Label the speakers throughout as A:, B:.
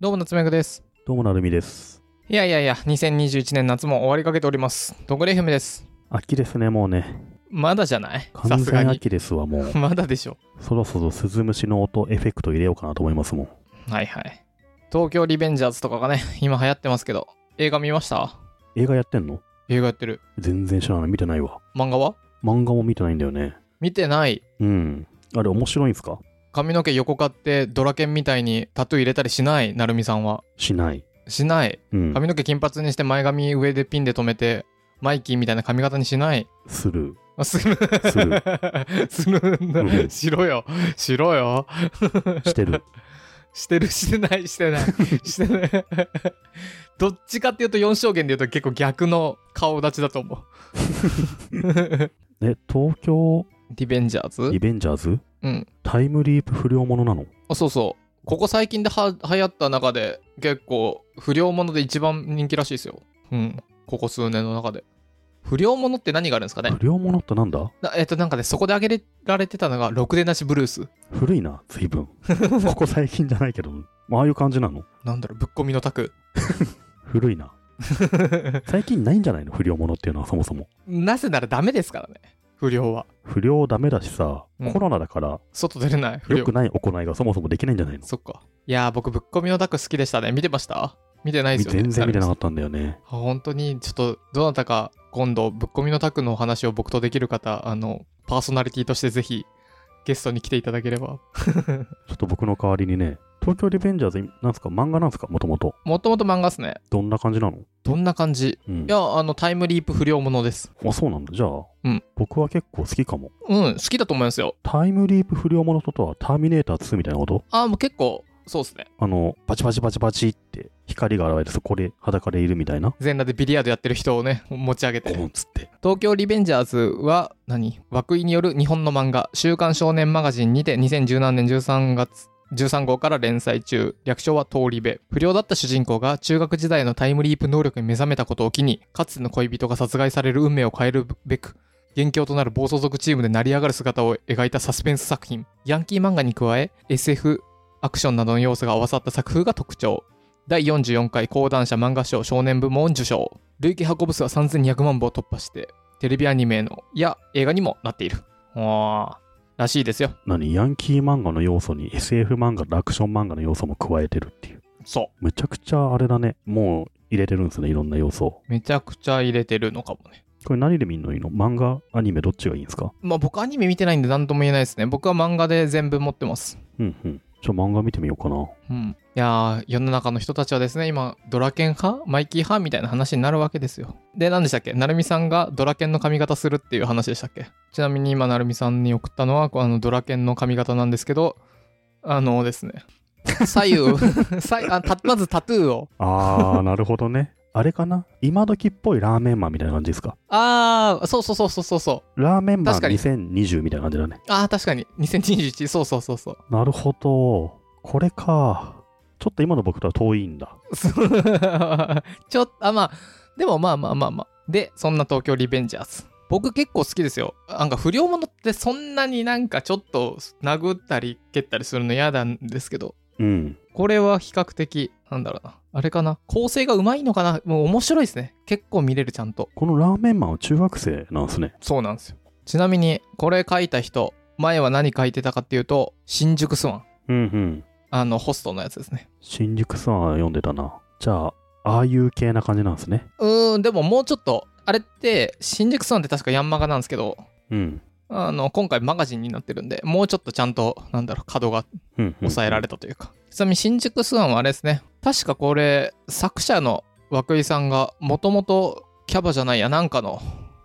A: どうも夏目くです
B: どうもなるみです。
A: いやいやいや2021年夏も終わりかけておりますどこで姫です
B: 秋ですね、もうね。
A: まだじゃないさ
B: 完
A: すが
B: 全
A: に。
B: 秋ですわ、もう
A: まだでしょ
B: そろそろ鈴虫の音エフェクト入れようかなと思いますもん。
A: はいはい東京リベンジャーズとかがね今流行ってますけど映画見ました
B: 映画やってんの
A: 映画やってる
B: 全然知らない。見てないわ。
A: 漫画は
B: 漫画も見てないんだよね。
A: 見てない
B: うん。あれ面白いんすか
A: 髪の毛横刈ってドラケンみたいにタトゥー入れたりしないなるみさんは
B: しない。
A: しない
B: うん。
A: 髪の毛金髪にして前髪上でピンで留めてマイキーみたいな髪型にしない
B: する。
A: あする
B: する。
A: す るんだ、
B: うん
A: しろよしろよ
B: し てる。
A: してるしてないして ないしてないどっちかっていうと4証言でいうと結構逆の顔立ちだと思う
B: え、東京
A: リベンジャーズ
B: リベンジャーズ
A: うん
B: タイムリープ不良ものなの
A: あそうそうここ最近では流行った中で結構不良もので一番人気らしいですようんここ数年の中で不良ものって何があるんですかね
B: 不良ものってなんだ
A: なえっとなんかねそこで挙げられてたのが「ろくでなしブルース
B: 古いな、随分。ここ最近じゃないけど。ああいう感じなの」
A: なんだろうぶっこみのタク
B: 古いな。最近ないんじゃないの不良ものっていうのはそもそも。
A: なぜならダメですからね不良は
B: 不良ダメだしさ、
A: うん
B: コロナだから
A: 外出れない不
B: 良
A: 良
B: くない行いがそもそもできないんじゃないの、
A: そっか。いやー、僕、ぶっこみのタク好きでしたね。見てました見てないですよね。
B: 全然見てなか
A: っ
B: ったんだよね。
A: た。本当に、ちょっと、どなたか、今度、ぶっこみのタクのお話を僕とできる方、あの、パーソナリティとしてぜひ、ゲストに来ていただければ。
B: ちょっと僕の代わりにね、東京リベンジャーズなんすか漫画なんすかもともと。
A: もともと漫画っすね。
B: どんな感じなの
A: どんな感じ
B: うん
A: い。や、あの、タイムリープ不良ものです。
B: あ、そうなんだ。じゃあ、
A: うん
B: 僕は結構好きかも。
A: うん、好きだと思いますよ。
B: タイムリープ不良ものととはターミネーター2みたいなこと
A: あー、もう結構、そうっすね。
B: あの、バチバチバチバチって光が現れてそこで裸でいるみたいな。
A: 全裸でビリヤードやってる人をね、持ち上げ
B: ゴ
A: て。
B: ーンっつって。
A: 東京リベンジャーズは何涌井による日本の漫画「週刊少年マガジン」にて2017年13月13号から連載中略称は「通り部」不良だった主人公が中学時代のタイムリープ能力に目覚めたことを機にかつての恋人が殺害される運命を変えるべく元凶となる暴走族チームで成り上がる姿を描いたサスペンス作品ヤンキー漫画に加え SF アクションなどの要素が合わさった作風が特徴第44回講談社漫画賞少年部門受賞累計箱部数は3200万部を突破してテレビアニメのや映画にもなっている。あらしいですよ。
B: 何ヤンキー漫画の要素に SF 漫画とアクション漫画の要素も加えてるっていう。
A: そ
B: むちゃくちゃあれだね。もう入れてるんですね、いろんな要素を。
A: う。めちゃくちゃ入れてるのかもね。
B: これ何で見んのいいの漫画、アニメどっちがいいんですか
A: まあ僕アニメ見てないんで何とも言えないですね。僕は漫画で全部持ってます。
B: うんうん。じゃあ漫画見てみようかな。
A: うん。いやー、世の中の人たちはですね、今、ドラケン派マイキー派みたいな話になるわけですよ。で、何でしたっけなるみさんがドラケンの髪型するっていう話でしたっけちなみに今、なるみさんに送ったのは、あの、ドラケンの髪型なんですけど、あのですね、左右、 左右あたまずタトゥーを
B: あー、なるほどね。あれかな今時っぽいラーメンマンみたいな感じですか
A: ああ、そうそうそうそうそうそう。
B: ラーメンマン
A: 確かに
B: 2020みたいな感じだね。
A: ああ、確かに。2021、そうそうそう そう。
B: なるほど。これか。ちょっと今の僕とは遠いんだ。
A: そうちょっと、あ、まあ、でもまあまあまあまあ。で、そんな東京リベンジャーズ。僕結構好きですよ。なんか不良者ってそんなになんかちょっと殴ったり蹴ったりするの嫌なんですけど、
B: うん。
A: これは比較的、なんだろうな。あれかな。構成がうまいのかな。もう面白いですね。結構見れる、ちゃんと。
B: このラーメンマンは中学生なんですね。
A: そうなんですよ。ちなみに、これ書いた人、前は何書いてたかっていうと、新宿スワン。
B: うんうん。
A: あの、ホストのやつですね。
B: 新宿さんは読んでたな。じゃあ、ああいう系な感じなんですね。
A: うーん、でももうちょっと、あれって、新宿スワンって確かヤンマガなんですけど、
B: うん。
A: あの、今回マガジンになってるんで、もうちょっとちゃんと、なんだろう、角が
B: うん、うん。
A: 抑えられたというか。ちなみに新宿スワンはあれですね、確かこれ、作者の涌井さんが、もともとキャバじゃないや、なんかの、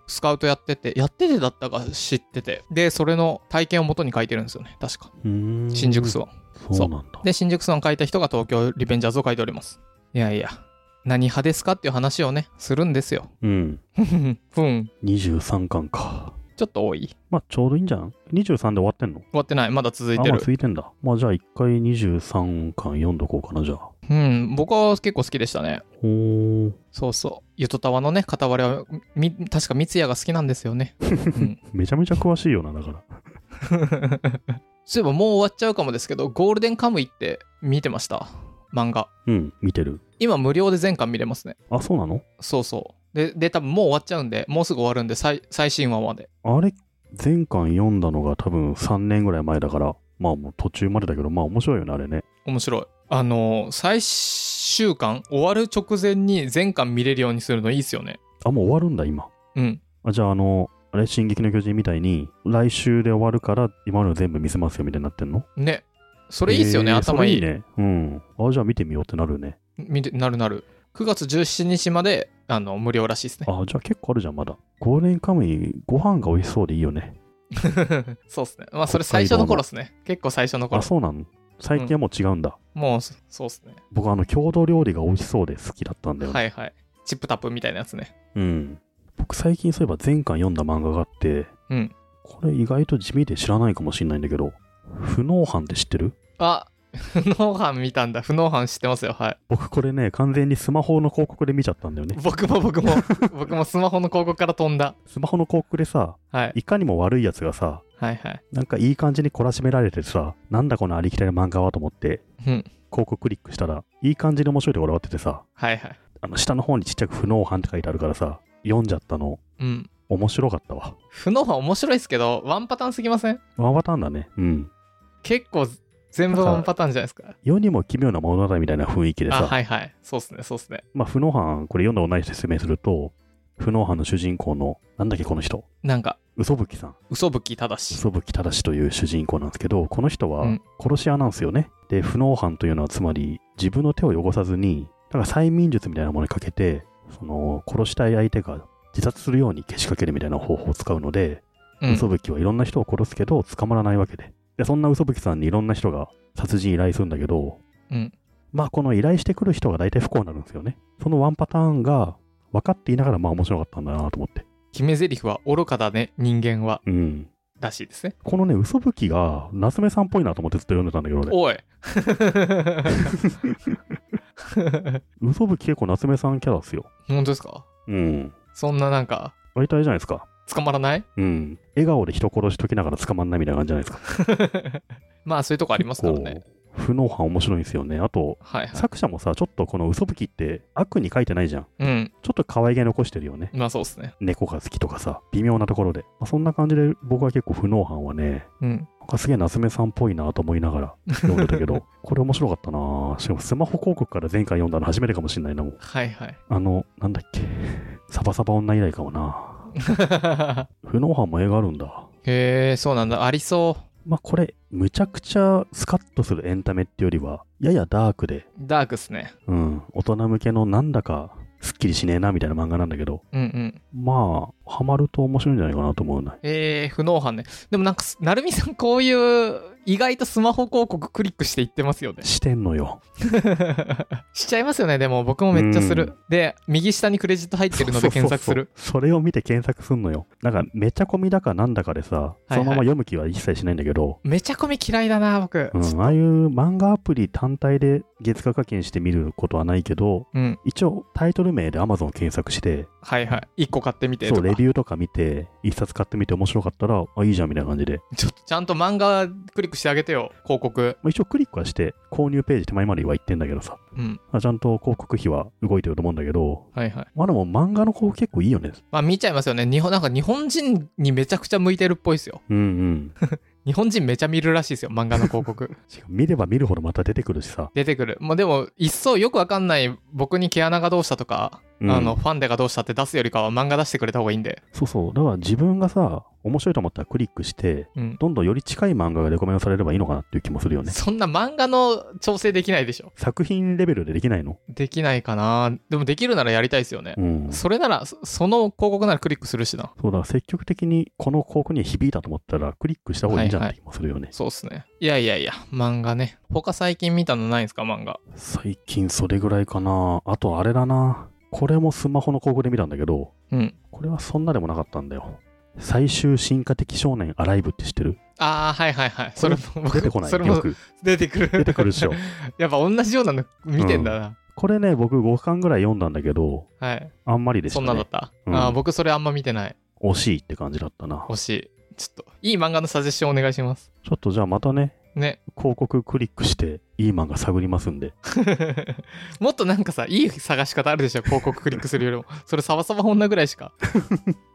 A: スカウトやってて、やっててだったか知ってて、で、それの体験を元に書いてるんですよね、確か。
B: うーん。
A: 新宿スワン。
B: そうなんだ。
A: で、新宿さんを書いた人が東京リベンジャーズを書いております。いやいや、何派ですかっていう話をね、するんですよ。
B: うん。
A: ふんふん。
B: 23巻か。
A: ちょっと多い。終
B: まあちょうどいいんじゃん ?23 で終わってんの
A: わってない。まだ続いて
B: あ、まあ、
A: る。
B: ついてんだ。まあじゃあ一回23巻読んどこうかな、じゃあ。
A: うん。僕は結構好きでしたね。
B: おー、
A: そうそう。ゆとたわのね、片割れは、み確か三ツ矢が好きなんですよね。うん、
B: めちゃめちゃ詳しいよな、だから。
A: そういえばもう終わっちゃうかもですけど、ゴールデンカムイって見てました。漫画。
B: うん、見てる。
A: 今無料で全巻見れますね。
B: あ、そうなの
A: そうそう。で、で、多分もう終わっちゃうんで、もうすぐ終わるんで、最最新話まで。
B: あれ、前巻読んだのが多分3年ぐらい前だから、まあもう途中までだけど、まあ面白いよね、あれね。
A: 面白い。あのー最終巻、終わる直前に全巻見れるようにするのいいっすよね。
B: あ、もう終わるんだ、今。
A: うん。
B: あじゃあ、あの、あれ、進撃の巨人みたいに、来週で終わるから、今までの全部見せますよ、みたいになってんの
A: ね。そ
B: そ
A: れいいっすよね、頭いい。
B: いね。うん。あ、じゃあ見てみようってなるね。
A: 見てなるなる。9月17日まであの無料らしいですね。
B: あ、じゃあ結構あるじゃん、まだ。ゴールデンカムイ、ご飯が美味しそうでいいよね。
A: そうっすね。まあ、それ最初の頃っすね。結構最初の
B: あ、
A: 頃。
B: そうなの最近はもう違うんだ。
A: もうそ、そうっすね。
B: 僕、あの、郷土料理が美味しそうで好きだったんだよね。
A: はいはい。チップタップみたいなやつね。
B: うん。僕、最近そういえば前回読んだ漫画があって、
A: うん
B: これ意外と地味で知らないかもしれないんだけど、不能犯って知ってる
A: あ、 不能犯見たんだ。不能犯知ってますよ。はい。
B: 僕、これね、完全にスマホの広告で見ちゃったんだよね。
A: 僕も僕 も、僕もスマホの広告から飛んだ。
B: スマホの広告でさ、
A: はい。
B: いかにも悪いやつがさ、
A: はいはい。
B: なんかいい感じに懲らしめられてさ、なんだこのありきたりな漫画はと思って、
A: うん。
B: 広告クリックしたら、いい感じに面白いところ終わっててさ、
A: はいはい。
B: あの下の方にちっちゃく不能犯って書いてあるからさ、読んじゃったの。
A: うん。
B: 面白かったわ。
A: 不能犯面白いですけど、ワンパターンすぎません
B: ワンパターンだね。うん。
A: 結構全部ワンパターンじゃないですか。
B: 世にも奇妙な物語みたいな雰囲気で
A: あ、
B: さ、
A: はいはい。そうっすね、そうっすね。
B: まあ、不能犯、これ読んだことない人に説明すると、不能犯の主人公の、なんだっけこの人、
A: なんか、
B: 嘘吹さん、
A: 嘘吹きただし。
B: 嘘吹正という主人公なんですけど、この人
A: う
B: は
A: ん
B: 殺し屋なんですよね。で、不能犯というのは、つまり、自分の手を汚さずに、なんか催眠術みたいなものにかけて、その、殺したい相手が自殺するようにけしかけるみたいな方法を使うので、
A: うん
B: 嘘吹はいろんな人を殺すけど、捕まらないわけで。で、そんな嘘吹さんにいろんな人が殺人依頼するんだけど、
A: うん
B: まあ、この依頼してくる人が大体不幸になるんですよね。そのワンパターンが分かっていながら、まあ面白かったんだなと思って。
A: 決め台詞は愚かだね、人間は。
B: うん。
A: らしいですね。
B: このね、嘘吹が、夏目さんっぽいなと思ってずっと読んでたんだけどね。
A: おい
B: 嘘吹結構夏目さんキャラですよ。
A: 本当ですか
B: うん。
A: そんななんか、
B: 大体あれじゃないですか。
A: 捕まらない
B: うん。笑顔で人殺しときながら捕まんないみたいな感じじゃないですか。
A: まあそういうとこありますからね。
B: こう不能犯面白いんですよね。あと、
A: はいはい。
B: 作者もさ、ちょっとこの嘘吹って悪に書いてないじゃん。
A: うん。
B: ちょっと可愛げ残してるよね。
A: まあそうですね。
B: 猫が好きとかさ、微妙なところで。まあ、そんな感じで僕は結構不能犯はね、
A: うん。
B: なんかすげえ夏目さんっぽいなと思いながら読んでたけど、これ面白かったなしかもスマホ広告から前回読んだの初めてかもしんないな、もう。
A: はいはい。
B: あの、なんだっけ。サバサバ女以来かもな不能犯も映画あるんだ。
A: へえ、そうなんだ。ありそ
B: まあこれ、むちゃくちゃスカッとするエンタメってよりは、ややダークで、
A: う。ダークっすね。
B: うん、大人向けのなんだか、すっきりしねえなみたいな漫画なんだけど、
A: うんうん。
B: まあ、ハマると面白いんじゃないかなと思うね。
A: えー、不能犯ね。でもなんかす、なるみさん、こういう、意外とスマホ広告クリックしていってますよね。
B: してんのよ。
A: しちゃいますよね、でも、僕もめっちゃす
B: う
A: る。で、右下にクレジット入ってるので検索する。
B: そうそうそうそれを見て検索すんのよなんかめちゃ込みだかなんだかでさ
A: いは
B: そ
A: い
B: のまま読む気は一切しないんだけど、
A: めちゃ込み嫌いだな、僕。
B: うん、ああいう漫画アプリ単体で月額課金して見ることはないけど
A: うん。
B: 一応タイトル名で Amazon 検索して
A: はいはい。1個買ってみてと
B: そう
A: か。
B: レビューとか見て一冊買ってみて面白かったらあいいじゃんみたいな感じで、
A: ちょっとちゃんと漫画クリックしてあげてよ、広告。
B: まあ、一応クリックはして購入ページ手前までは行ってんだけどさ、
A: うん。
B: まあ、ちゃんと広告費は動いてると思うんだけど
A: はいはい。
B: まあでも漫画の広告結構いいよね
A: まあ見ちゃいますよね。日本、なんか日本人にめちゃくちゃ向いてるっぽいですよ。
B: うんうん
A: 日本人めちゃ見るらしいですよ、漫画の広 告。
B: しかも 見れば見るほどまた出てくるしさ、
A: 出てくる。もうでも、一層よくわかんない僕に毛穴がどうしたとか、
B: うん
A: あの、ファンデがどうしたって出すよりかは漫画出してくれた方がいいんで。
B: そうそう。だから自分がさ、面白いと思ったらクリックして、
A: うん。
B: どんどんより近い漫画がレコメンドされればいいのかなっていう気もするよね。
A: そんな漫画の調整できないでしょ。
B: 作品レベルでできないの
A: できないかな。でもできるならやりたいですよね。
B: うん。そ
A: それなら、そその広告ならクリックするしな。
B: うだ、積極的にこの広告に響いたと思ったらクリックした方がいいんじゃん
A: はい
B: っ
A: は
B: て気もするよね。
A: そうっすね。いやいやいや、漫画ね。他最近見たのないんですか、漫画。
B: 最近それぐらいかな。あとあれだな。これもスマホの広告で見たんだけど、
A: うん。
B: これはそんなでもなかったんだよ。最終進化的少年アライブって知ってる
A: ああ、はいはいはい。それも、僕
B: 出てこない
A: それ
B: よ
A: も
B: く。
A: 出てくる。
B: 出てくる でしょ。
A: やっぱ同じようなの見てんだな。
B: これね、僕5巻ぐらい読んだんだけど、
A: はい。
B: あんまりでし
A: そ
B: た
A: んなだ
B: ね
A: っ。た。
B: うん
A: あー僕それあんま見てない。
B: 惜しいって感じだったな。
A: 欲しい。ちょっと、いい漫画のサジェッションお願いします。
B: ちょっとじゃあまたね、
A: ね
B: 広告クリックして、いい漫画探りますんで。
A: もっとなんかさいい探し方あるでしょ広告クリックするよりも それサバサバ女ぐらいし か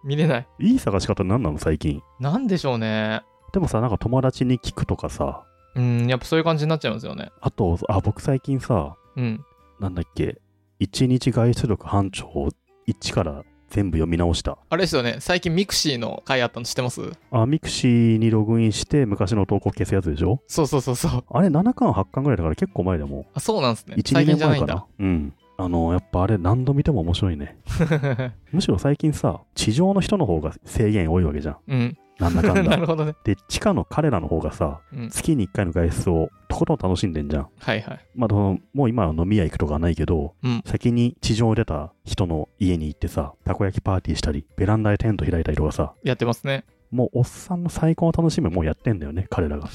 A: 見れない
B: いい探し方何なの最近。
A: なんでしょうね
B: でもさ、なんか友達に聞くとかさ、
A: うんやっぱそういう感じになっちゃいますよね
B: あと、あ、僕最近さ、
A: うん
B: なんだっけ、一日外出力班長を1から全部読み直した。
A: あれですよね最近ミクシーの回あったの知ってます
B: あ、ミクシーにログインして昔の投稿消すやつでしょ
A: そうそうそうそう
B: あれ7巻8巻ぐらいだから結構前だもん。
A: あそうなんですね
B: 1、
A: 最近
B: 2年
A: じゃな
B: 前
A: い
B: か
A: んだ
B: な。うん。あの、やっぱあれ何度見ても面白いね。 むしろ最近さ、地上の人の方が制限多いわけじゃん。
A: うん
B: なんだか ん
A: な
B: だ。
A: るほどね
B: で、地下の彼らの方がさ、
A: うん
B: 月に1回の外出をとことん楽しんでんじゃん。
A: はいはい
B: まあ、そのもう今は飲み屋行くとかはないけど、
A: うん
B: 先に地上を出た人の家に行ってさ、たこ焼きパーティーしたり、ベランダでテント開いたりとかさ、
A: やってますね
B: もうおっさんの最高の楽しみをもうやってんだよね、彼らが。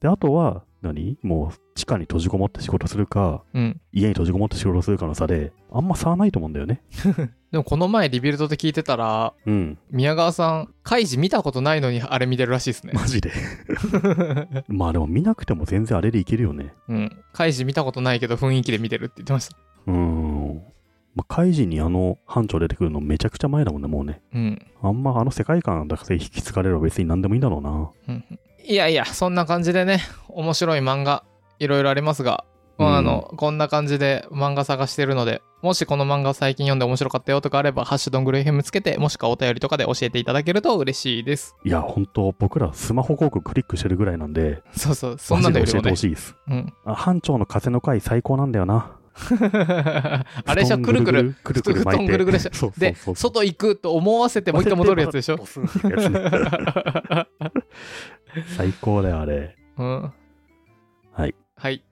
B: で、あとは何、もう地下に閉じこもって仕事するか、
A: うん
B: 家に閉じこもって仕事するかの差で、あんま差はないと思うんだよね。
A: でもこの前リビルドで聞いてたら
B: うん、
A: 宮川さんカイジ見たことないのにあれ見てるらしいですね
B: マジで。まあでも見なくても全然あれでいけるよね。
A: うんカイジ見たことないけど雰囲気で見てるって言ってました
B: うーん。まあ、カイジにあの班長出てくるのめちゃくちゃ前だもんね、もうね。
A: うん
B: あんまあの世界観だけで引き継がれれば別に何でもいいんだろうな。
A: いやいやそんな感じでね面白い漫画いろいろありますが、まあ、あのこんな感じで漫画探してるのでもしこの漫画最近読んで面白かったよとかあれば「ハッシュドングル FM」つけてもしくはお便りとかで教えていただけると嬉しいです
B: いや、本当僕らスマホ広告クリックしてるぐらいなんで、
A: そうそうそんなのよ
B: マ
A: り
B: ジで
A: も
B: 教えて
A: ね
B: ほしいです。
A: うん、
B: あ班長の風の回最高なんだよな。
A: あれじゃくるくる
B: 布団ぐるぐるくるくる
A: 布
B: 巻い
A: 団
B: て。
A: ぐるぐるし
B: そうそう
A: で
B: そう
A: 外行くと思わせてもう一回戻るやつで しょ
B: ボスンってやつね 最高だよ、あれ。
A: うん
B: はい。
A: はい